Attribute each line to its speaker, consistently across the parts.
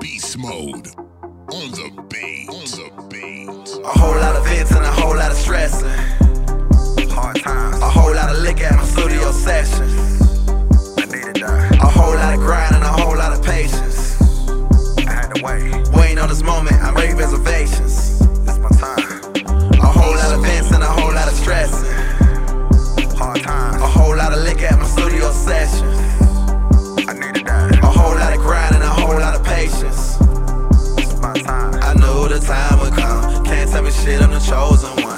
Speaker 1: Beast mode. On the beat. On the beat.
Speaker 2: A whole lot of vids and a whole lot of stressing. Hard times. A whole lot of liquor at my studio sessions. I need it done. A whole lot of grind and a whole lot of patience. I had to wait. Waiting on this moment, I made reservations. It's my time. A whole lot of vents and a whole lot of stressing. Hard times. A whole lot of liquor at my studio sessions. I need it done. A whole lot of grind and a whole lot of patience. I know the time will come. Can't tell me shit, I'm the chosen one.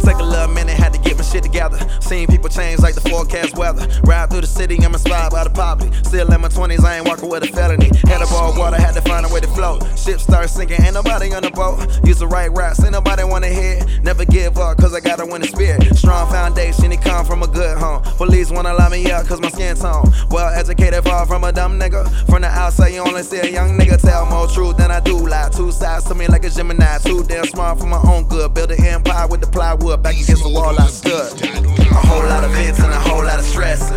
Speaker 2: Take a little minute, had to get my shit together. Seen people change like the forecast weather. Ride through the city, I'm inspired by the poverty. Still in my 20s, I ain't walking with a felony. Had a ball of water, had to find a way to float. Ship started sinking, ain't nobody on the boat. Used to write raps, ain't nobody wanna hear. it. Never give up, cause I got a winning spirit. Strong foundation, it come from a good home. Police wanna lie me up, cause my skin tone. Well educated, far from a dumb nigga. From the outside, you only see a young nigga tell more truth than I do lie. Two sides to me like a Gemini. Too damn smart for my own good. Build an empire with the plywood. Back against the wall, I stood. A whole lot of vids and a whole lot of stressing.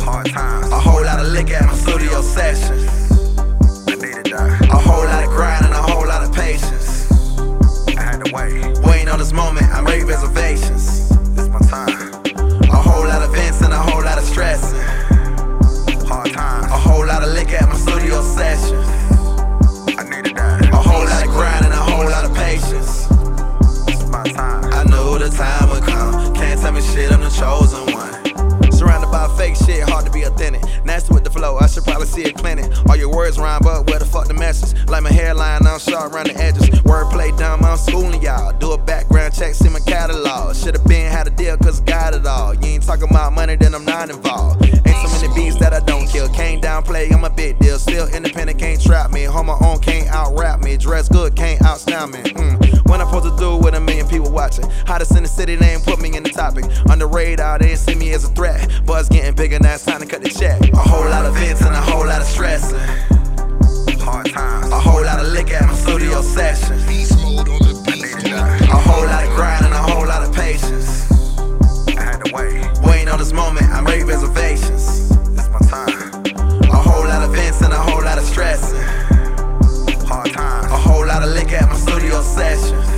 Speaker 2: Hard times. A whole lot of liquor at my studio sessions. A whole lot of grind and a whole lot of patience. I had to wait. Waiting on this moment, I made reservations. It's my time. A whole lot of vents and a whole lot of stressing. Hard times. A whole lot of liquor at my studio sessions. I need it done. A whole lot of grind and a whole lot of patience. My time. I know the time will come. Can't tell me shit, I'm the chosen one. Surrounded by fake shit, hard to be authentic. Nasty with the flow, I should probably see it clinic. All your words rhyme, but where the fuck the message? Like my hairline, I'm sharp around the edges. Wordplay dumb, I'm schooling y'all. Do a background check, see my catalog. Should've been had a deal, cause got it all. You ain't talking about money, then I'm not involved. Ain't so many beats that I don't kill. Can't downplay, I'm a big deal. Still independent, can't trap me. Hold my own, can't out rap me. Dress good, can't outstyle me. Mm. What I'm supposed to do with a million people watching? Hottest in the city, they ain't put me in the topic. On the radar, they ain't see me as a threat. Buzz getting bigger, now it's time to cut the check. A whole lot of vents and a whole lot of stressing. Hard times. A whole lot of liquor at my studio sessions.
Speaker 1: Beast mode on the beast.
Speaker 2: A whole lot of grind and a whole lot of patience. I had to wait. Waiting on this moment, I made reservations. It's my time. A whole lot of vents and a whole lot of stressing. Hard times. A whole lot of liquor at my studio sessions.